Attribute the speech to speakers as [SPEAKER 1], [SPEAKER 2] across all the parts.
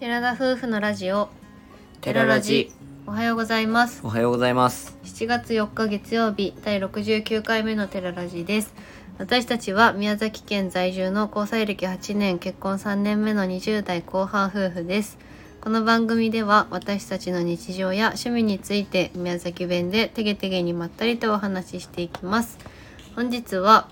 [SPEAKER 1] 永夫婦のラジオ
[SPEAKER 2] テララジ
[SPEAKER 1] おはようございます
[SPEAKER 2] おはようございます
[SPEAKER 1] 7月4日月曜日第69回目のテララジです私たちは宮崎県在住の交際歴8年結婚3年目の20代後半夫婦ですこの番組では私たちの日常や趣味について宮崎弁でてげてげにまったりとお話ししていきます本日は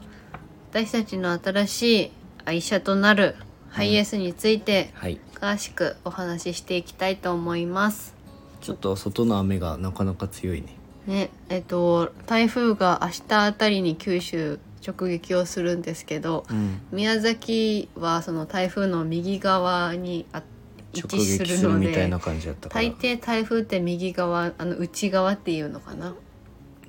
[SPEAKER 1] 私たちの新しい愛車となるハイエースについて
[SPEAKER 2] はい
[SPEAKER 1] 詳しくお話ししていきたいと思います
[SPEAKER 2] ちょっと外の雨がなかなか強いね
[SPEAKER 1] ねえっと台風が明日あたりに九州直撃をするんですけど
[SPEAKER 2] うん
[SPEAKER 1] 宮崎はその台風の右側にあ位
[SPEAKER 2] 直
[SPEAKER 1] 置す
[SPEAKER 2] 撃
[SPEAKER 1] る
[SPEAKER 2] する
[SPEAKER 1] の
[SPEAKER 2] みたい
[SPEAKER 1] で
[SPEAKER 2] な感じだったから
[SPEAKER 1] 大抵台風って右側あの内側っていうのかな、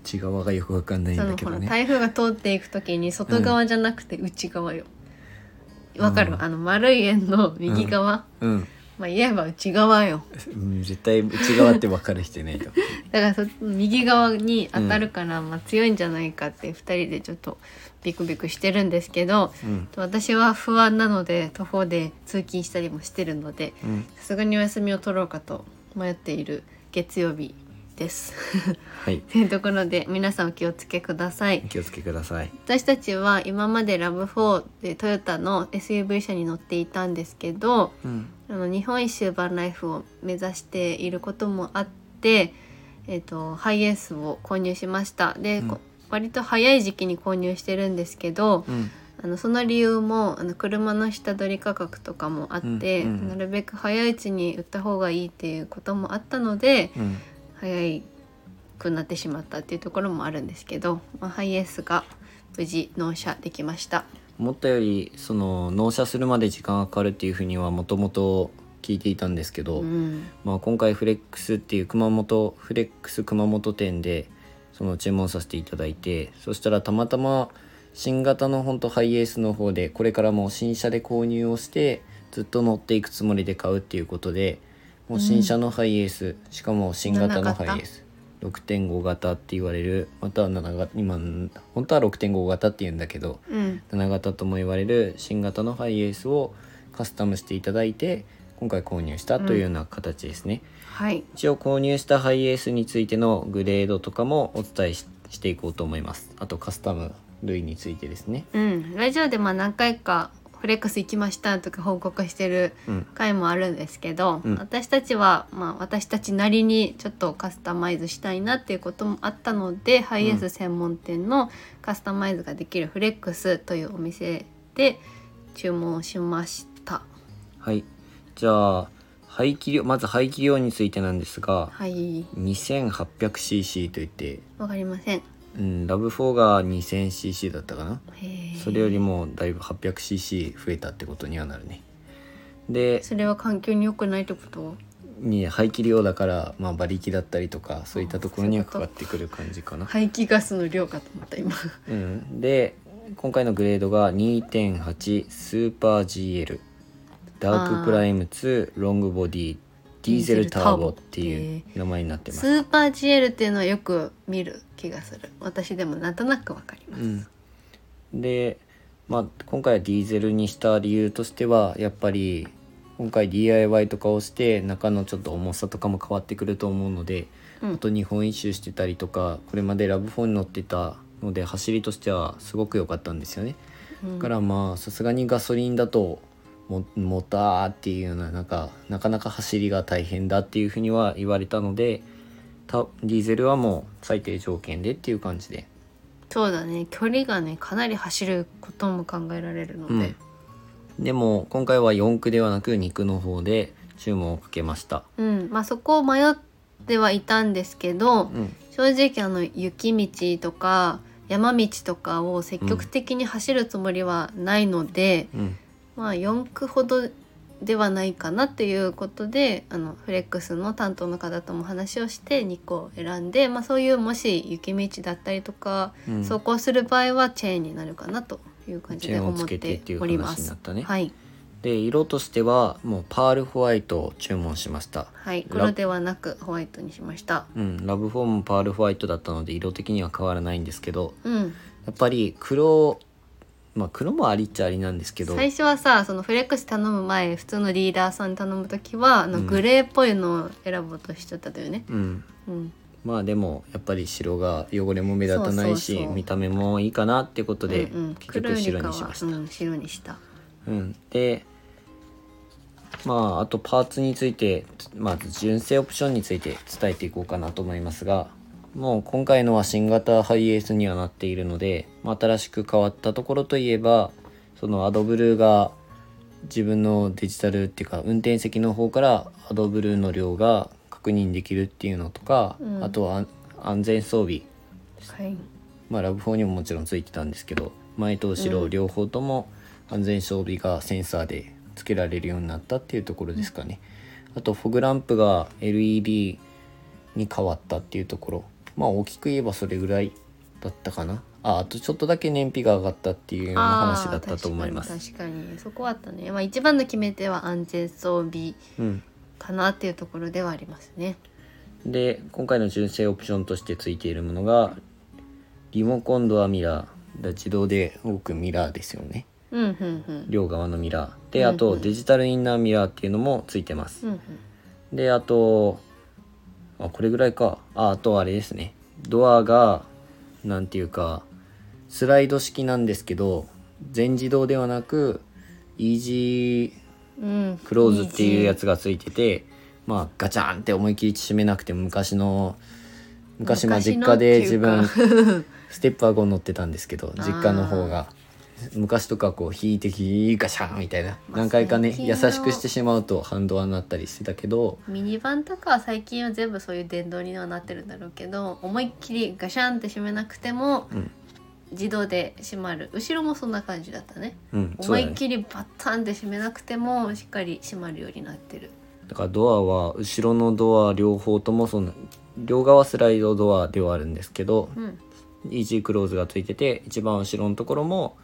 [SPEAKER 2] 内側がよくわかんないん
[SPEAKER 1] そ
[SPEAKER 2] だ
[SPEAKER 1] の
[SPEAKER 2] け
[SPEAKER 1] ほ
[SPEAKER 2] ど
[SPEAKER 1] ら
[SPEAKER 2] ね
[SPEAKER 1] 台風が通っていく時に外側じゃなくて内側よわ、かる、
[SPEAKER 2] うん
[SPEAKER 1] あの丸い円の右側、
[SPEAKER 2] うん、
[SPEAKER 1] まあ言えば内側よ
[SPEAKER 2] うん、絶対内側ってわかる人いないと
[SPEAKER 1] だからそ右側に当たるから、まあ強いんじゃないかって2人でちょっとビクビクしてるんですけど
[SPEAKER 2] うん
[SPEAKER 1] 私は不安なので徒歩で通勤したりもしてるので
[SPEAKER 2] うん
[SPEAKER 1] さすがにお休みを取ろうかと迷っている月曜日です。
[SPEAKER 2] はい
[SPEAKER 1] というところで皆さんお気をつけください
[SPEAKER 2] お。気をつけください
[SPEAKER 1] 私たちは今までラブ4でトヨタの SUV 車に乗っていたんですけど
[SPEAKER 2] うん
[SPEAKER 1] あの日本一周バンライフを目指していることもあって、えっとハイエースを購入しましたで、
[SPEAKER 2] うん
[SPEAKER 1] こ割と早い時期に購入してるんですけど
[SPEAKER 2] うん
[SPEAKER 1] あのその理由もあの車の下取り価格とかもあって、
[SPEAKER 2] うんうん
[SPEAKER 1] なるべく早いうちに売った方がいいっていうこともあったので
[SPEAKER 2] うん
[SPEAKER 1] 早くなってしまったっていうところもあるんですけど、まあ、ハイエースが無事納車できました。
[SPEAKER 2] 思ったよりその納車するまで時間がかかるっていうふうにはもともと聞いていたんですけど、
[SPEAKER 1] うん
[SPEAKER 2] まあ、今回フレックスっていう熊本フレックス熊本店でその注文させていただいてそしたらたまたま新型の本当ハイエースの方でこれからもう新車で購入をしてずっと乗っていくつもりで買うっていうことでもう新車のハイエース、しかも新型のハイエース6.5型って言われるまたは7型今本当は6.5型って言うんだけど
[SPEAKER 1] うん
[SPEAKER 2] 7型とも言われる新型のハイエースをカスタムしていただいて今回購入したというような形ですね、
[SPEAKER 1] はい
[SPEAKER 2] 一応購入したハイエースについてのグレードとかもお伝えししていこうと思いますあとカスタム類についてですね
[SPEAKER 1] うん、ラジオでまあ何回かフレックス行きましたとか報告してる
[SPEAKER 2] うん
[SPEAKER 1] 回もあるんですけど、
[SPEAKER 2] うん
[SPEAKER 1] 私たちはまあ私たちなりにちょっとカスタマイズしたいなっていうこともあったので、ハイエース専門店のカスタマイズができるフレックスというお店で注文をしました。
[SPEAKER 2] はいじゃあ排気量まず排気量についてなんですが
[SPEAKER 1] はい、
[SPEAKER 2] 2800cc といって、
[SPEAKER 1] わかりません。
[SPEAKER 2] うん、ラブ4が 2000cc だったかな
[SPEAKER 1] へー
[SPEAKER 2] それよりもだいぶ 800cc 増えたってことにはなるねで
[SPEAKER 1] それは環境に良くないってこと？
[SPEAKER 2] に排気量だから、まあ、馬力だったりとかそういったところにはかかってくる感じかな。
[SPEAKER 1] 排気ガスの量かと思った今。
[SPEAKER 2] うん、で今回のグレードが2.8スーパー GL ダークプライム2ロングボディディーゼルターボっていう名前になってま
[SPEAKER 1] ス
[SPEAKER 2] す。
[SPEAKER 1] ーパー GL っていうのはよく見る気がする私でもなんとなくわかります、
[SPEAKER 2] うん、で、まあ、今回はディーゼルにした理由としてはやっぱり今回 DIY とかをして中のちょっと重さとかも変わってくると思うので、
[SPEAKER 1] うん
[SPEAKER 2] あと日本一周してたりとかこれまでラブフォンに乗ってたので走りとしてはすごく良かったんですよね。
[SPEAKER 1] うん
[SPEAKER 2] だからまあさすがにガソリンだともモーターっていうようななんかなかなか走りが大変だっていうふうには言われたのでたディーゼルはもう最低条件でっていう感じで、
[SPEAKER 1] そうだね距離がねかなり走ることも考えられるので、
[SPEAKER 2] うんでも今回は4区ではなく2区の方で注文をかけました、
[SPEAKER 1] うん、まあそこを迷ってはいたんですけど、
[SPEAKER 2] うん、
[SPEAKER 1] 正直あの雪道とか山道とかを積極的に走るつもりはないので、
[SPEAKER 2] うん
[SPEAKER 1] まあ4区ほどではないかなっていうことであのフレックスの担当の方とも話をして2個を選んで、まあ、そういうもし雪道だったりとか、
[SPEAKER 2] うん
[SPEAKER 1] 走行する場合はチェーンになるかなという感じ
[SPEAKER 2] チェ
[SPEAKER 1] で
[SPEAKER 2] ーンを
[SPEAKER 1] 思
[SPEAKER 2] つ
[SPEAKER 1] っ
[SPEAKER 2] けてって
[SPEAKER 1] て
[SPEAKER 2] いう
[SPEAKER 1] おりま
[SPEAKER 2] 話に
[SPEAKER 1] す
[SPEAKER 2] なっ。たね、
[SPEAKER 1] はい、
[SPEAKER 2] で色としてはもうパールホワイトを注文しました
[SPEAKER 1] はい、黒ではなくホワイトにしました。
[SPEAKER 2] うんラブフォームもパールホワイトだったので色的には変わらないんですけど
[SPEAKER 1] うん、
[SPEAKER 2] やっぱり黒まあ黒もありっちゃありなんですけど
[SPEAKER 1] 最初はさそのフレックス頼む前普通のリーダーさんに頼む時はあのグレーっぽいのを選ぼうとしちゃったんだよね。
[SPEAKER 2] うん
[SPEAKER 1] うん、
[SPEAKER 2] まあでもやっぱり白が汚れも目立たないし
[SPEAKER 1] そうそうそう
[SPEAKER 2] 見た目もいいかなってことで、
[SPEAKER 1] うんうん、
[SPEAKER 2] 結局白にしました、
[SPEAKER 1] 黒よりかはうん、白にした。
[SPEAKER 2] うん、でまああとパーツについてまず純正オプションについて伝えていこうかなと思いますがもう今回のは新型ハイエースにはなっているので、まあ、新しく変わったところといえばそのアドブルーが自分のデジタルっていうか運転席の方からアドブルーの量が確認できるっていうのとか、
[SPEAKER 1] うん
[SPEAKER 2] あとは安安全装備
[SPEAKER 1] はい。
[SPEAKER 2] まあ、ラブ4にももちろんついてたんですけど前と後
[SPEAKER 1] う
[SPEAKER 2] ろ
[SPEAKER 1] ん
[SPEAKER 2] 両方とも安全装備がセンサーでつけられるようになったっていうところですかね、あとフォグランプが LED に変わったっていうところまあ大きく言えばそれぐらいだったかなああとちょっとだけ燃費が上がったっていうような話だったと思います
[SPEAKER 1] あー確かに確かにそこはあったね。まあ一番の決め手は安全装備
[SPEAKER 2] うん、
[SPEAKER 1] かなっていうところではありますね。
[SPEAKER 2] で今回の純正オプションとしてついているものがリモコンドアミラーだ自動で動くミラーですよね
[SPEAKER 1] うんうんうん。
[SPEAKER 2] 両側のミラ
[SPEAKER 1] う
[SPEAKER 2] ーで
[SPEAKER 1] んう
[SPEAKER 2] あ
[SPEAKER 1] ん
[SPEAKER 2] とデジタルインナーミラーっていうのもついてま
[SPEAKER 1] う
[SPEAKER 2] す
[SPEAKER 1] んうん。
[SPEAKER 2] であとあこれぐらいかああとあれですねドアがなんていうかスライド式なんですけど全自動ではなくイージ
[SPEAKER 1] うん、
[SPEAKER 2] ークローズっていうやつがついててまあガチャンって思い切り閉めなくても昔の昔まあ実家で自分
[SPEAKER 1] 分
[SPEAKER 2] ステップワゴン乗ってたんですけど実家の方が昔とかこう引いて引いガシャンみたいな
[SPEAKER 1] まあ
[SPEAKER 2] 何回かね
[SPEAKER 1] 最
[SPEAKER 2] 優
[SPEAKER 1] 近の
[SPEAKER 2] しくしてしまうとハンドアになったりしてたけど
[SPEAKER 1] ミニバンとかは最近は全部そういう電動にはなってるんだろうけど思いっきりガシャンって閉めなくても、
[SPEAKER 2] うん
[SPEAKER 1] 自動で閉まる後ろもそんな感じだったね
[SPEAKER 2] うん
[SPEAKER 1] 思
[SPEAKER 2] そうだ
[SPEAKER 1] いっ
[SPEAKER 2] ね
[SPEAKER 1] きりバッタンって閉めなくてもしっかり閉まるようになってる
[SPEAKER 2] だからドアは後ろのドア両方ともその両側スライドドアではあるんですけど
[SPEAKER 1] うん
[SPEAKER 2] イージークローズがついてて一番後ろのところも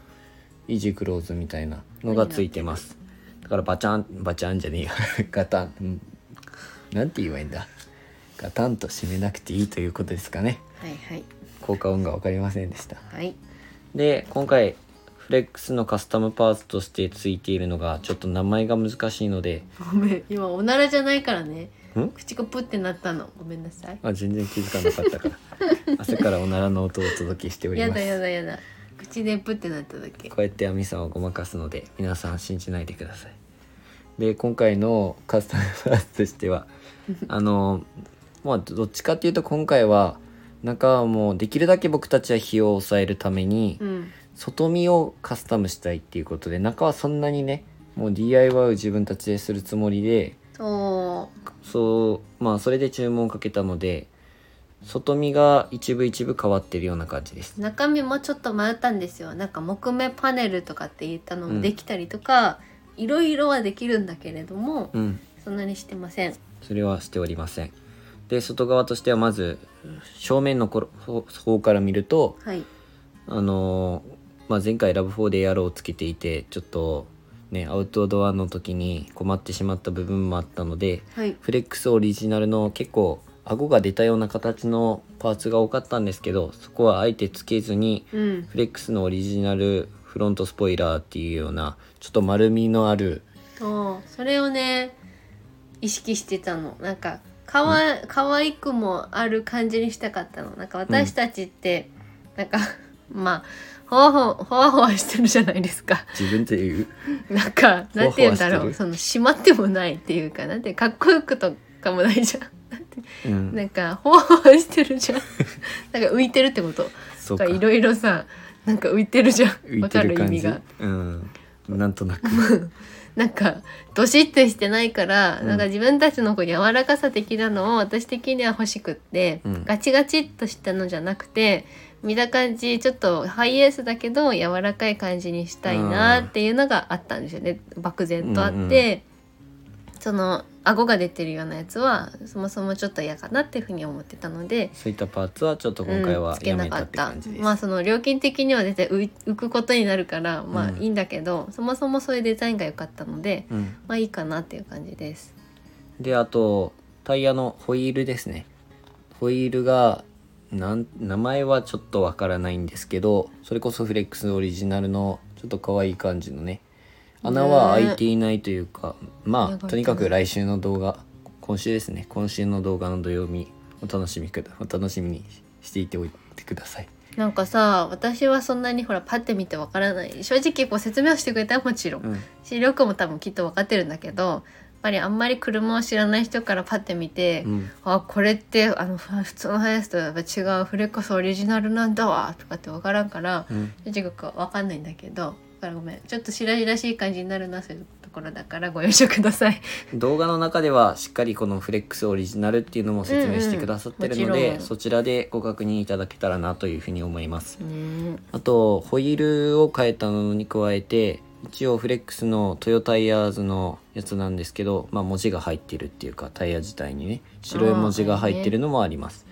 [SPEAKER 2] イージークローズみたいなのがついてますだからバチャンバチャンじゃねえよ ガタンうんなんて言えばいいんだガタンと閉めなくていいということですかね
[SPEAKER 1] はいはい
[SPEAKER 2] 効果音が分かりませんでした
[SPEAKER 1] はい
[SPEAKER 2] で今回フレックスのカスタムパーツとして付いているのがちょっと名前が難しいので
[SPEAKER 1] ごめん今おならじゃないからね
[SPEAKER 2] ん
[SPEAKER 1] 口がプってなったのごめんなさい
[SPEAKER 2] あ全然気づかなかったから朝からおならの音をお届けしており
[SPEAKER 1] や
[SPEAKER 2] ま
[SPEAKER 1] だや
[SPEAKER 2] す
[SPEAKER 1] だやだ口でプってなっただけ
[SPEAKER 2] こうやってアミさんをごまかすので皆さん信じないでくださいで今回のカスタムパーツとして はあのまあどっちかっていうと今回はなんかもうできるだけ僕たちは費用を抑えるために、
[SPEAKER 1] うん
[SPEAKER 2] 外見をカスタムしたいっていうことで中はそんなにねもう DIY を自分たちでするつもりで
[SPEAKER 1] そ
[SPEAKER 2] そうまあそれで注文をかけたので外見が一部一部変わってるような感じです
[SPEAKER 1] う中身もちょっと迷ったんですよなんか木目パネルとかって言ったの
[SPEAKER 2] うん
[SPEAKER 1] もできたりとか、いろいろはできるんだけれども、
[SPEAKER 2] うん
[SPEAKER 1] そんなにしてません
[SPEAKER 2] それはしておりませんで外側としてはまず正面のころ方方から見ると
[SPEAKER 1] はい
[SPEAKER 2] あのーまあ、前回ラブ4でエアローをつけていてちょっとねアウトドアの時に困ってしまった部分もあったので
[SPEAKER 1] はい
[SPEAKER 2] フレックスオリジナルの結構顎が出たような形のパーツが多かったんですけどそこはあえてつけずに
[SPEAKER 1] うん
[SPEAKER 2] フレックスのオリジナルフロントスポイラーっていうようなちょっと丸みのある
[SPEAKER 1] そうそれをね意識してたのなんかかわ,、かわいくもある感じにしたかったのなんか私たちって、なんか まあほわほわほわほわしてるじゃないです か
[SPEAKER 2] 自分という
[SPEAKER 1] なんかなんて言うんだろ
[SPEAKER 2] ほわほわして
[SPEAKER 1] うそ
[SPEAKER 2] る
[SPEAKER 1] の締まってもないっていうかなんてかっこよくとかもないじゃん
[SPEAKER 2] うん、
[SPEAKER 1] なんかほわほわしてる じゃんなんか浮いてるってこと
[SPEAKER 2] そう
[SPEAKER 1] な
[SPEAKER 2] か
[SPEAKER 1] んかいろいろさなんか浮いてるじゃん
[SPEAKER 2] 浮
[SPEAKER 1] わ
[SPEAKER 2] いて
[SPEAKER 1] かる
[SPEAKER 2] る
[SPEAKER 1] 意
[SPEAKER 2] 感
[SPEAKER 1] 味
[SPEAKER 2] じ
[SPEAKER 1] が
[SPEAKER 2] うんなんとなく
[SPEAKER 1] なんかどしっとしてないから、
[SPEAKER 2] うん
[SPEAKER 1] なんか自分たちのこう柔らかさ的なのを私的には欲しくって、
[SPEAKER 2] うん
[SPEAKER 1] ガチガチっとしたのじゃなくて見た感じちょっとハイエースだけど柔らかい感じにしたいなっていうのがあったんですよね漠然とあって、
[SPEAKER 2] うんうん
[SPEAKER 1] その顎が出てるようなやつはそもそもちょっと嫌かなっていうふうに思ってたので。
[SPEAKER 2] そういったパーツはちょっと今回はやめたって感じです、
[SPEAKER 1] まあその料金的には絶対浮い浮くことになるからまあ
[SPEAKER 2] うん
[SPEAKER 1] いいんだけど、そもそもそういうデザインが良かったので、
[SPEAKER 2] うん、
[SPEAKER 1] まあいいかなっていう感じです。
[SPEAKER 2] であとタイヤのホイールですねホイールがなん名前はちょっとわからないんですけどそれこそフレックスオリジナルのちょっと可愛い感じのね穴は開いていないというか、まあとにかく来週の動画今週ですね今週の動画の土曜日お楽しみくだお楽しみにしていておいてください
[SPEAKER 1] なんかさ私はそんなにほらパッて見てわからない正直こう説明をしてくれたらもちろん
[SPEAKER 2] うん
[SPEAKER 1] 資料庫も多分きっと分かってるんだけどやっぱりあんまり車を知らない人からパッて見て、
[SPEAKER 2] うん
[SPEAKER 1] あこれってあのふ普通のやつとやっぱ違うフレコスオリジナルなんだわとかって分からんから
[SPEAKER 2] うん
[SPEAKER 1] 正直こう分かんないんだけどだからごめんちょっと白々しい感じになるなそういうところだからご容赦ください。
[SPEAKER 2] 動画の中ではしっかりこのフレックスオリジナルっていうのも説明してくださってるの
[SPEAKER 1] うん
[SPEAKER 2] で、
[SPEAKER 1] うんもちろん
[SPEAKER 2] そちらでご確認いただけたらなというふうに思います
[SPEAKER 1] ね
[SPEAKER 2] あとホイールを変えたのに加えて一応フレックスのトヨタイヤーズのやつなんですけど、まあ、文字が入ってるっていうかタイヤ自体にね白い文字が入ってるのもあります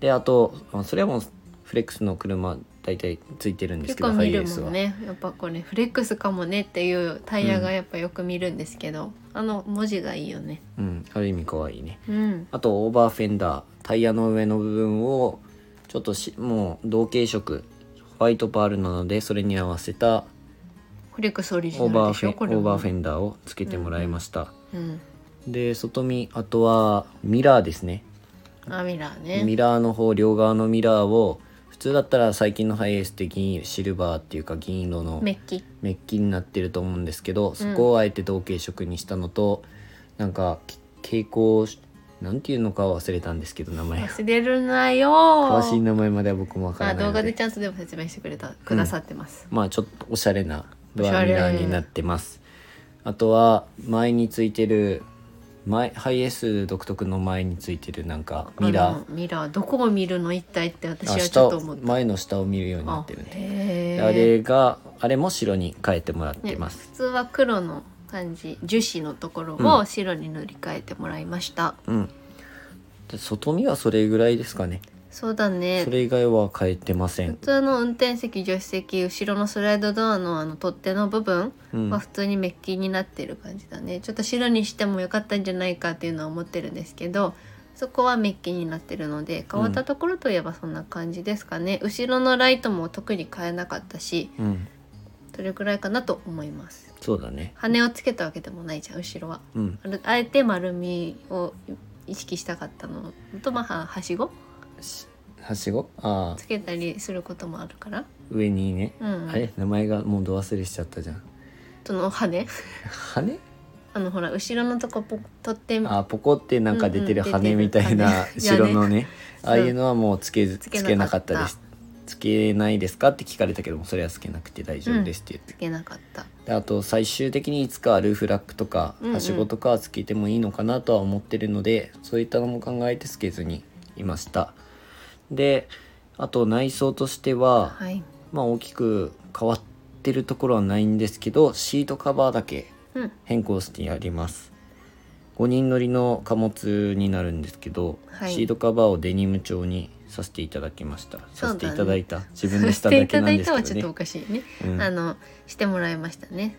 [SPEAKER 2] であとまあそれはもうフレックスの車大体ついてるんです
[SPEAKER 1] 結
[SPEAKER 2] けど
[SPEAKER 1] 構
[SPEAKER 2] ハ
[SPEAKER 1] 見
[SPEAKER 2] イエ
[SPEAKER 1] る
[SPEAKER 2] ース
[SPEAKER 1] も
[SPEAKER 2] は
[SPEAKER 1] んねやっぱこれフレックスかもねっていうタイヤがやっぱよく見るんですけど、あの文字がいいよね。
[SPEAKER 2] うん、ある意味可愛いね
[SPEAKER 1] うん、
[SPEAKER 2] あとオーバーフェンダータイヤの上の部分をちょっとしもう同系色ホワイトパールなのでそれに合わせた
[SPEAKER 1] フレックスオリジナ
[SPEAKER 2] オー
[SPEAKER 1] ル
[SPEAKER 2] バー
[SPEAKER 1] でし
[SPEAKER 2] フ
[SPEAKER 1] ょ
[SPEAKER 2] ェ
[SPEAKER 1] こ
[SPEAKER 2] ン
[SPEAKER 1] れ
[SPEAKER 2] オー
[SPEAKER 1] も
[SPEAKER 2] バーフェンダーをつけてもらいました、
[SPEAKER 1] うん、
[SPEAKER 2] で外見あとはミラーですね
[SPEAKER 1] アミラーね。
[SPEAKER 2] ミラーの方両側のミラーを普通だったら最近のハイエースって銀シルバーっていうか銀色の
[SPEAKER 1] メッキ
[SPEAKER 2] メッキになってると思うんですけどそこをあえて同系色にしたのと、なんか蛍光なんていうのかは忘れたんですけど名前
[SPEAKER 1] 忘れるなよ
[SPEAKER 2] 詳しい
[SPEAKER 1] な
[SPEAKER 2] 名前までは僕もわから
[SPEAKER 1] あ
[SPEAKER 2] ない
[SPEAKER 1] 動
[SPEAKER 2] の
[SPEAKER 1] 画
[SPEAKER 2] で
[SPEAKER 1] でちゃんとでも説明してくれたくださってます、
[SPEAKER 2] まあちょっとおしゃれなドアミラーになってますあとは前についてる前ハイエース独特の前についてるなんかミ
[SPEAKER 1] あ
[SPEAKER 2] ラ
[SPEAKER 1] のミラーどこを見るの一体って
[SPEAKER 2] ー
[SPEAKER 1] 私
[SPEAKER 2] あ
[SPEAKER 1] はち
[SPEAKER 2] 下
[SPEAKER 1] ょっと
[SPEAKER 2] を
[SPEAKER 1] 思った
[SPEAKER 2] 前の下を見るようになってる
[SPEAKER 1] あ
[SPEAKER 2] ね
[SPEAKER 1] へ
[SPEAKER 2] で
[SPEAKER 1] ー
[SPEAKER 2] あれがあれも白に変えてもらってま
[SPEAKER 1] ね
[SPEAKER 2] す、
[SPEAKER 1] 普通は黒の感じ樹脂のところを白に塗り替えてもらいました、
[SPEAKER 2] うんで外見はそれぐらいですかね
[SPEAKER 1] そうだね
[SPEAKER 2] それ以外は変えてませ
[SPEAKER 1] 普
[SPEAKER 2] ん、
[SPEAKER 1] 通の運転席助手席後ろのスライドドアのあの取っ手の部分
[SPEAKER 2] うん
[SPEAKER 1] は普通にメッキになってる感じだねちょっと白にしてもよかったんじゃないかっていうのは思ってるんですけどそこはメッキになってるので変わったところといえばそんな感じですかね、後ろのライトも特に変えなかったし
[SPEAKER 2] うん、
[SPEAKER 1] それくらいかなと思います
[SPEAKER 2] そうだね
[SPEAKER 1] 羽をつけたわけでもないじゃん後ろは
[SPEAKER 2] うん
[SPEAKER 1] あるあえて丸みを意識したかったのとまあはしご
[SPEAKER 2] しはしごああ
[SPEAKER 1] つけたりすることもあるから
[SPEAKER 2] 上にね、
[SPEAKER 1] うん
[SPEAKER 2] あれ名前がもうど忘れしちゃったじゃん
[SPEAKER 1] その羽
[SPEAKER 2] 羽
[SPEAKER 1] あのほら後ろのとこポ取って
[SPEAKER 2] あポコってなんか出てる
[SPEAKER 1] うんうん出て
[SPEAKER 2] 羽
[SPEAKER 1] る
[SPEAKER 2] みたいな
[SPEAKER 1] 羽
[SPEAKER 2] 後ろのね
[SPEAKER 1] うん
[SPEAKER 2] ああいうのはもうつけず
[SPEAKER 1] つ
[SPEAKER 2] つ
[SPEAKER 1] けなかった
[SPEAKER 2] けなかったですつけないですかって聞かれたけどもそれはつけなくて大丈夫ですって言って
[SPEAKER 1] つ、けなかった
[SPEAKER 2] であと最終的にいつかルーフラックとか
[SPEAKER 1] うんうん
[SPEAKER 2] はしごとかはつけてもいいのかなとは思ってるので、そういったのも考えてつけずにいましたであと内装としては、
[SPEAKER 1] はい
[SPEAKER 2] まあ大きく変わってるところはないんですけどシートカバーだけ
[SPEAKER 1] うん
[SPEAKER 2] 変更してやります5人乗りの貨物になるんですけど、
[SPEAKER 1] はい
[SPEAKER 2] シートカバーをデニム調にさせていただきまし
[SPEAKER 1] そ
[SPEAKER 2] た、
[SPEAKER 1] うだね
[SPEAKER 2] させていただいた自分でし
[SPEAKER 1] したて
[SPEAKER 2] だ
[SPEAKER 1] い
[SPEAKER 2] け
[SPEAKER 1] た
[SPEAKER 2] な
[SPEAKER 1] だ
[SPEAKER 2] ん
[SPEAKER 1] い
[SPEAKER 2] です
[SPEAKER 1] た はちょ
[SPEAKER 2] け
[SPEAKER 1] っと
[SPEAKER 2] ど
[SPEAKER 1] お
[SPEAKER 2] ね
[SPEAKER 1] かしいね、
[SPEAKER 2] うん
[SPEAKER 1] あのしてもらいましたね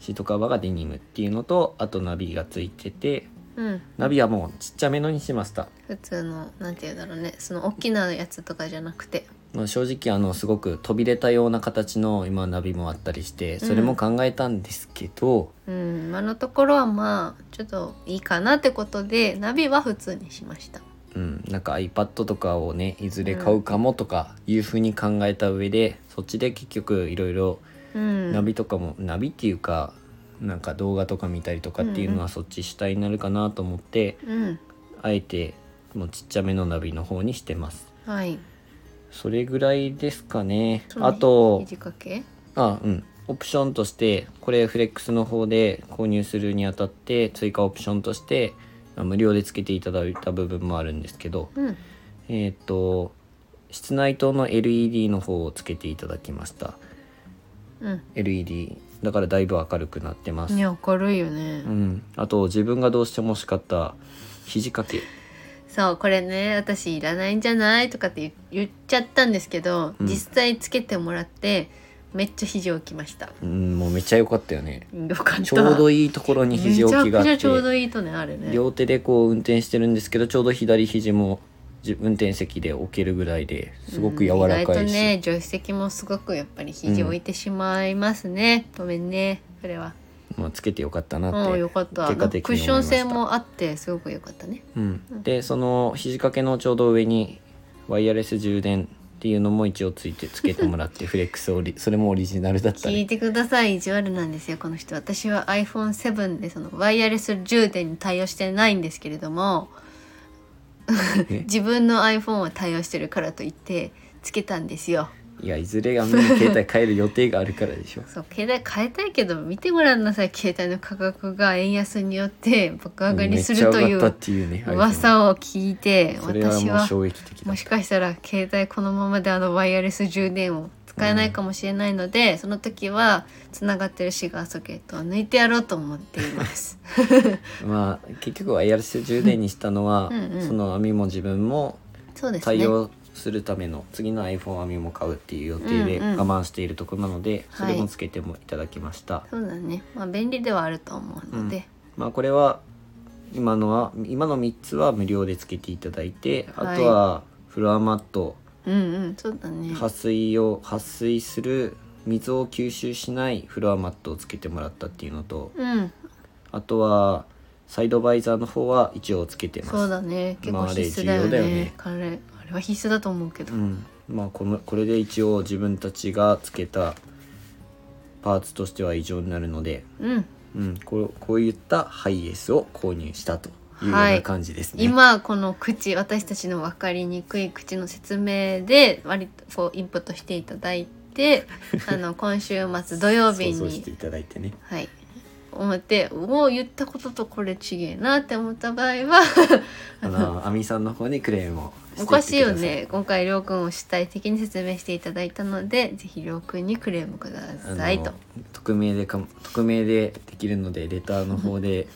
[SPEAKER 2] シートカバーがデニムっていうのとあとナビがついてて
[SPEAKER 1] うん
[SPEAKER 2] ナビはもうちっちゃめのにしました、
[SPEAKER 1] 普通のなんて言うんだろうねその大きなやつとかじゃなくて
[SPEAKER 2] まあ、正直あのすごく飛び出たような形の今ナビもあったりしてそれも考えたんですけど、
[SPEAKER 1] うん今のところはまあちょっといいかなってことでナビは普通にしました
[SPEAKER 2] うん、なんか iPad とかをねいずれ買うかもとかいうふうに考えた上で、そっちで結局いろいろ
[SPEAKER 1] うん
[SPEAKER 2] ナビとかも、ナビっていうかなんか動画とか見たりとかっていうの
[SPEAKER 1] うんう
[SPEAKER 2] はそっち主体になるかなと思って、
[SPEAKER 1] うん
[SPEAKER 2] あえてもうちっちゃめのナビの方にしてます
[SPEAKER 1] はい
[SPEAKER 2] それぐらいですかね
[SPEAKER 1] そうね
[SPEAKER 2] あと
[SPEAKER 1] 肘掛け
[SPEAKER 2] あうんオプションとしてこれフレックスの方で購入するにあたって追加オプションとしてまあ無料でつけていただいた部分もあるんですけど、
[SPEAKER 1] うん
[SPEAKER 2] えーっ、と室内灯の LED の方をつけていただきました
[SPEAKER 1] うん
[SPEAKER 2] LED だからだいぶ明るくなってます、
[SPEAKER 1] ね明るいよね、
[SPEAKER 2] うん、あと自分がどうしても欲しかった肘掛け
[SPEAKER 1] そうこれね私いらないんじゃないとかって言言っちゃったんですけど、
[SPEAKER 2] うん
[SPEAKER 1] 実際つけてもらってめっちゃ肘置きました
[SPEAKER 2] うんもうめっちゃ良かったよね
[SPEAKER 1] よかった
[SPEAKER 2] ちょうど
[SPEAKER 1] い
[SPEAKER 2] いいところに肘置きがあっ
[SPEAKER 1] めちゃくち
[SPEAKER 2] て
[SPEAKER 1] ゃちょうどいいとねあれね
[SPEAKER 2] 両手でこう運転してるんですけどちょうど左肘もじ運転席で置けるぐらいですごく柔らか
[SPEAKER 1] うん意外と
[SPEAKER 2] いし、
[SPEAKER 1] ね助手席もすごくやっぱり肘置いてしまいますね、ごめんねそれは
[SPEAKER 2] まあ、つけてよかったなっ
[SPEAKER 1] うん
[SPEAKER 2] て
[SPEAKER 1] よかった
[SPEAKER 2] 結果的に
[SPEAKER 1] ク
[SPEAKER 2] 思
[SPEAKER 1] ッ
[SPEAKER 2] いまし
[SPEAKER 1] シ
[SPEAKER 2] た
[SPEAKER 1] ョン性もあってすごくよかったね
[SPEAKER 2] うん、でその肘掛けのちょうど上にワイヤレス充電っていうのも一応ついてつけてもらっ てフレックスオリそれもオリジナルだった
[SPEAKER 1] 聞い
[SPEAKER 2] ね
[SPEAKER 1] てください意地悪なんですよこの人私は iPhone7 でそのワイヤレス充電に対応してないんですけれども
[SPEAKER 2] え
[SPEAKER 1] 自分の iPhone は対応してるからといってつけたんですよ
[SPEAKER 2] いやいずれあんなに携帯変える予定があるからでしょ
[SPEAKER 1] そう携帯変えたいけど見てごらんなさい携帯の価格が円安によって爆上がりするとい
[SPEAKER 2] めっちゃ上がったっ
[SPEAKER 1] う
[SPEAKER 2] ていうね
[SPEAKER 1] 噂を聞いて
[SPEAKER 2] iPhone それは
[SPEAKER 1] 私
[SPEAKER 2] もう
[SPEAKER 1] は
[SPEAKER 2] 衝撃的だ
[SPEAKER 1] もしかしたら携帯このままであのワイヤレス充電を使えないかもしれないので、その時はつながってるシガーソケットを抜いてやろうと思っています。
[SPEAKER 2] まあ結局ワイヤレス充電にしたのは
[SPEAKER 1] うんうん
[SPEAKER 2] その網も自分も
[SPEAKER 1] そうですね。
[SPEAKER 2] 対応するための次の iPhone 網も買うっていう予定で
[SPEAKER 1] うんうん
[SPEAKER 2] 我慢しているところなので、それ
[SPEAKER 1] は
[SPEAKER 2] も
[SPEAKER 1] い
[SPEAKER 2] つけてもいただきました、
[SPEAKER 1] そうだね。まあ便利ではあると思うので、
[SPEAKER 2] まあこれは今のは今の3つは無料でつけていただいて、
[SPEAKER 1] はい
[SPEAKER 2] あとはフロアマット
[SPEAKER 1] うん、うんそうだね。
[SPEAKER 2] 撥水を撥水する水を吸収しないフロアマットをつけてもらったっていうのと
[SPEAKER 1] うん、
[SPEAKER 2] あとはサイドバイザーの方は一応つけてます
[SPEAKER 1] そうだね。結構
[SPEAKER 2] まああれ
[SPEAKER 1] 必須だよ
[SPEAKER 2] 重要だよ
[SPEAKER 1] ね
[SPEAKER 2] ね。
[SPEAKER 1] あれあれは必須だと思うけど。
[SPEAKER 2] うん、まあこのこれで一応自分たちがつけたパーツとしては異常になるので、
[SPEAKER 1] うん。
[SPEAKER 2] うん、こうこういったハイエースを購入したというよう
[SPEAKER 1] はい
[SPEAKER 2] な感じですね。
[SPEAKER 1] 今この口私たちの分かりにくい口の説明で割とこうインプットしていただい てあの今週末土曜日
[SPEAKER 2] 想像
[SPEAKER 1] に
[SPEAKER 2] していただいてね。
[SPEAKER 1] はい思ってもう言ったこととこれちげえなって思った場合 は
[SPEAKER 2] あ の、あみさんの方にクレームを
[SPEAKER 1] お
[SPEAKER 2] てって
[SPEAKER 1] かしいよ
[SPEAKER 2] くださ。
[SPEAKER 1] ね今回りょうくんを主体的に説明していただいたのでぜひりょうくんにクレームくださ
[SPEAKER 2] あ
[SPEAKER 1] いと
[SPEAKER 2] の、匿名でかも、匿名でできるので、レターの方で、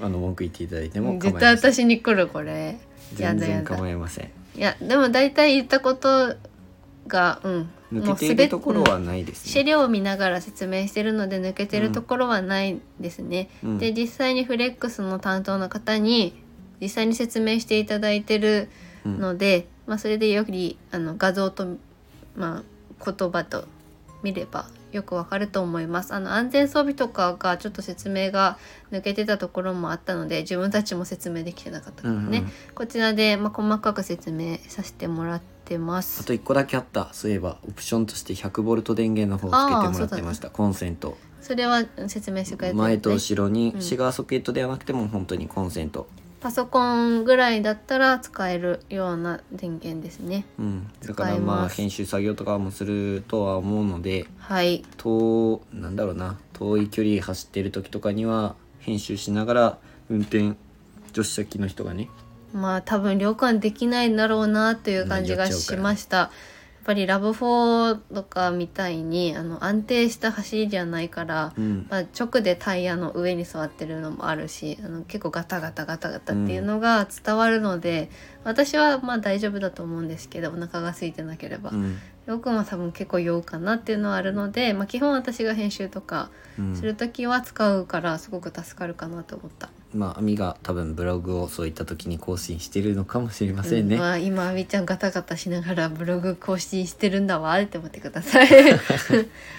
[SPEAKER 2] あの、文句言っていただいても構い
[SPEAKER 1] 絶
[SPEAKER 2] ま
[SPEAKER 1] 対
[SPEAKER 2] せん。
[SPEAKER 1] 私に来るこれや
[SPEAKER 2] 全
[SPEAKER 1] だや
[SPEAKER 2] 然
[SPEAKER 1] だ
[SPEAKER 2] 構いません。
[SPEAKER 1] いやでも大体言ったことがうん
[SPEAKER 2] 抜けてい
[SPEAKER 1] もう全
[SPEAKER 2] るところはないです
[SPEAKER 1] 資
[SPEAKER 2] ね。
[SPEAKER 1] 料を見ながら説明してるので抜けてるところはないですね。
[SPEAKER 2] うん
[SPEAKER 1] で実際にフレックスの担当の方に実際に説明していただいてる
[SPEAKER 2] うん
[SPEAKER 1] ので、まあ、それでよりあの画像と、まあ、言葉と見ればよくわかると思います。あの安全装備とかがちょっと説明が抜けてたところもあったので自分たちも説明できてなかったからね、
[SPEAKER 2] うんうん
[SPEAKER 1] こちらで、まあ、細かく説明させてもらってま
[SPEAKER 2] あ
[SPEAKER 1] す。
[SPEAKER 2] と一個だけあったそういえばオプションとして100ボルト電源の方をつけてもらってました、コンセント
[SPEAKER 1] それは説明してくれてるんだね
[SPEAKER 2] 前と後ろに
[SPEAKER 1] うん
[SPEAKER 2] シガーソケットではなくても本当にコンセント、
[SPEAKER 1] パソコンぐらいだったら使えるような電源ですね
[SPEAKER 2] うん、だか
[SPEAKER 1] 使
[SPEAKER 2] ら
[SPEAKER 1] え
[SPEAKER 2] ま
[SPEAKER 1] ま
[SPEAKER 2] あ
[SPEAKER 1] す
[SPEAKER 2] 編集作業とかもするとは思うので
[SPEAKER 1] はい
[SPEAKER 2] 遠なんだろうな遠い距離走ってる時とかには編集しながら運転助手席の人がね
[SPEAKER 1] まあ多分旅館できないんだろうなという感じがしましたやっぱりラブ4とかみたいにあの安定した走りじゃないから、
[SPEAKER 2] うん
[SPEAKER 1] まあ、直でタイヤの上に座ってるのもあるしあの結構ガタガタガタガタっていうのが伝わるので、私はまあ大丈夫だと思うんですけどお腹が空いてなければ、
[SPEAKER 2] うん
[SPEAKER 1] よくんは多分結構酔うかなっていうのはあるので、まあ、基本私が編集とか
[SPEAKER 2] うん
[SPEAKER 1] する時は使うからすごく助かるかなと思った、
[SPEAKER 2] まあアミが多分ブログをそういった時に更新してるのかもしれませ
[SPEAKER 1] う
[SPEAKER 2] ん
[SPEAKER 1] ん
[SPEAKER 2] ね、
[SPEAKER 1] まあ、今あみちゃんガタガタしながらブログ更新してるんだわって思ってくだ さい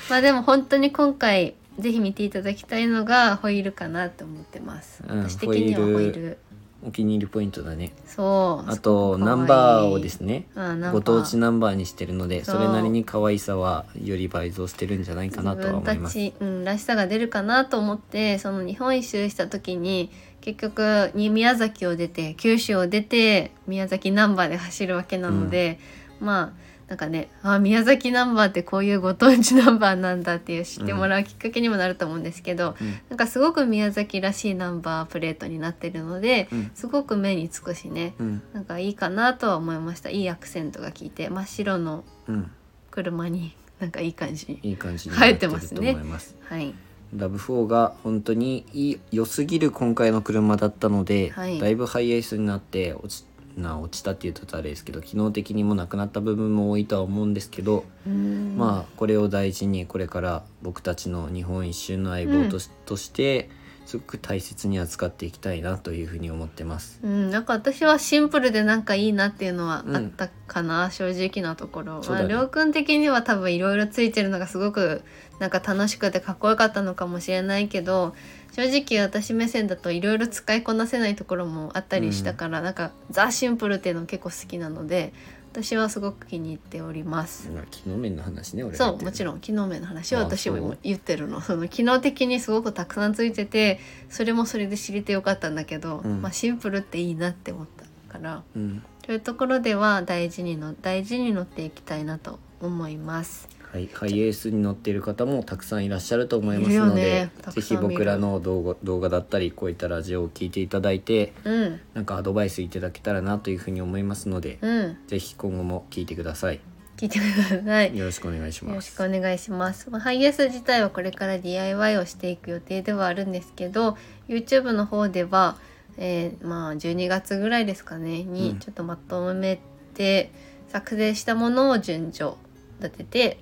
[SPEAKER 1] まあでも本当に今回ぜひ見ていただきたいのがホイールかなと思ってます、
[SPEAKER 2] うん
[SPEAKER 1] 私的にはホイール
[SPEAKER 2] ホイーお気に入りポイントだね
[SPEAKER 1] そう
[SPEAKER 2] あと
[SPEAKER 1] すごく可愛い
[SPEAKER 2] ナンバーをですね
[SPEAKER 1] あナンバー
[SPEAKER 2] ご当地ナンバーにしてるので
[SPEAKER 1] そう
[SPEAKER 2] それなりに可愛さはより倍増してるんじゃないかなとは思います。
[SPEAKER 1] 自分たち、うん、らしさが出るかなと思ってその日本一周した時に結局に宮崎を出て九州を出て宮崎ナンバーで走るわけなので、まあなんかねあ宮崎ナンバーってこういうご当地ナンバーなんだっていう知ってもらうきっかけにもなると思うんですけど、
[SPEAKER 2] うん
[SPEAKER 1] なんかすごく宮崎らしいナンバープレートになってるので、
[SPEAKER 2] うん
[SPEAKER 1] すごく目につくしね
[SPEAKER 2] うん
[SPEAKER 1] なんかいいかなとは思いましたいいアクセントが効いて真っ白の
[SPEAKER 2] うん、
[SPEAKER 1] 車になんかいい感じに。
[SPEAKER 2] いい感じになってると思
[SPEAKER 1] 映え
[SPEAKER 2] い
[SPEAKER 1] て
[SPEAKER 2] ます。
[SPEAKER 1] はい
[SPEAKER 2] ラブ4が本当にいい良すぎる今回の車だったので、
[SPEAKER 1] はい
[SPEAKER 2] だいぶハイエースになって落ちな落ちたっていうとあれですけど機能的にもなくなった部分も多いとは思うんですけど、
[SPEAKER 1] うん
[SPEAKER 2] まあこれを大事にこれから僕たちの日本一周の相棒とし,、としてすごく大切に扱っていきたいなというふうに思ってます。
[SPEAKER 1] うん、なんか私はシンプルでなんかいいなっていうのはあったかな、正直なところ、
[SPEAKER 2] そう
[SPEAKER 1] ま
[SPEAKER 2] だ
[SPEAKER 1] あ、
[SPEAKER 2] ね
[SPEAKER 1] りょうくん的には多分いろいろついてるのがすごくなんか楽しくてかっこよかったのかもしれないけど正直私目線だといろいろ使いこなせないところもあったりしたから、なんかザ・シンプルっていうの結構好きなので私はすごく気に入っております。
[SPEAKER 2] まあ、機能面の話ね、俺が
[SPEAKER 1] そう
[SPEAKER 2] 言ってる
[SPEAKER 1] もちろん機能面の話は
[SPEAKER 2] あ
[SPEAKER 1] 私も
[SPEAKER 2] そ
[SPEAKER 1] 今
[SPEAKER 2] う
[SPEAKER 1] 言ってるのその機能的にすごくたくさんついててそれもそれで知れてよかったんだけど、
[SPEAKER 2] うん
[SPEAKER 1] まあ、シンプルっていいなって思ったから
[SPEAKER 2] うん。
[SPEAKER 1] そういうところでは大事にの大事に乗っていきたいなと思います。
[SPEAKER 2] はい、ハイエースに乗っている方もたくさんいらっしゃると思いま
[SPEAKER 1] いる
[SPEAKER 2] す
[SPEAKER 1] よ
[SPEAKER 2] ので、
[SPEAKER 1] ねた
[SPEAKER 2] ぜ
[SPEAKER 1] くさ
[SPEAKER 2] ひ
[SPEAKER 1] ん見る
[SPEAKER 2] 僕らの動画動画だったりこういったラジオを聞いていただいて
[SPEAKER 1] うん
[SPEAKER 2] なんかアドバイスいただけたらなというふうに思いますので、
[SPEAKER 1] うん
[SPEAKER 2] ぜひ今後も聞いてください。
[SPEAKER 1] 聞いてください。
[SPEAKER 2] よろしくお願いし
[SPEAKER 1] よ
[SPEAKER 2] ま
[SPEAKER 1] ろし
[SPEAKER 2] す。
[SPEAKER 1] くお願いします。まあ、ハイエース自体はこれから DIY をしていく予定ではあるんですけど YouTube の方では、えーまあ、12月ぐらいですかね
[SPEAKER 2] う
[SPEAKER 1] に
[SPEAKER 2] ん
[SPEAKER 1] ちょっとまとめて作成したものを順序立てて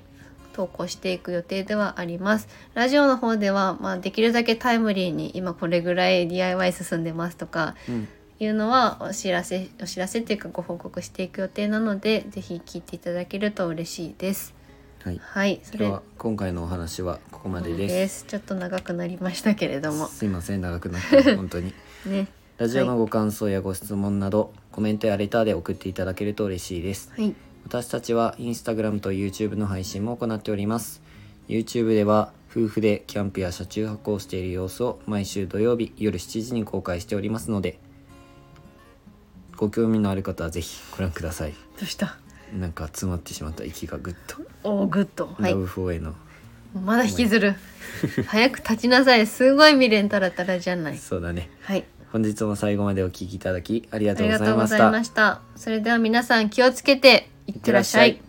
[SPEAKER 1] 投稿していく予定ではあります。ラジオの方では、まあ、できるだけタイムリーに今これぐらい DIY 進んでますとか
[SPEAKER 2] うん
[SPEAKER 1] いうのはお知らせお知らせというかご報告していく予定なのでぜひ聞いていただけると嬉しいです。
[SPEAKER 2] はい。
[SPEAKER 1] はい、そ
[SPEAKER 2] 今
[SPEAKER 1] れ
[SPEAKER 2] 日は今回のお話はここまでです。
[SPEAKER 1] す。ちょっと長くなりましたけれども、
[SPEAKER 2] すいません長く なって本当に。
[SPEAKER 1] ね、
[SPEAKER 2] ラジオのご感想やご質問などコメントやレターで送っていただけると嬉しいです。
[SPEAKER 1] はい、
[SPEAKER 2] 私たちはインスタグラムと YouTube の配信も行っております。YouTube では夫婦でキャンプや車中泊をしている様子を毎週土曜日夜7時に公開しておりますのでご興味のある方はぜひご覧ください。
[SPEAKER 1] どうした？
[SPEAKER 2] なんか詰まってしまった息がぐっと。
[SPEAKER 1] おお、グッド。はい
[SPEAKER 2] ラ、ブフォーへの
[SPEAKER 1] まだ引きずる。早く立ちなさい。すごい未練たらたらじゃない。
[SPEAKER 2] そうだね
[SPEAKER 1] はい、
[SPEAKER 2] 本日も最後までお聞きいただきあり
[SPEAKER 1] あ
[SPEAKER 2] がとう
[SPEAKER 1] り
[SPEAKER 2] ご
[SPEAKER 1] が
[SPEAKER 2] ざ
[SPEAKER 1] と
[SPEAKER 2] いう
[SPEAKER 1] ご
[SPEAKER 2] まし
[SPEAKER 1] ざい
[SPEAKER 2] た
[SPEAKER 1] ました。それでは皆さん気をつけていってらっしゃ
[SPEAKER 2] いってらっしゃ
[SPEAKER 1] い
[SPEAKER 2] い。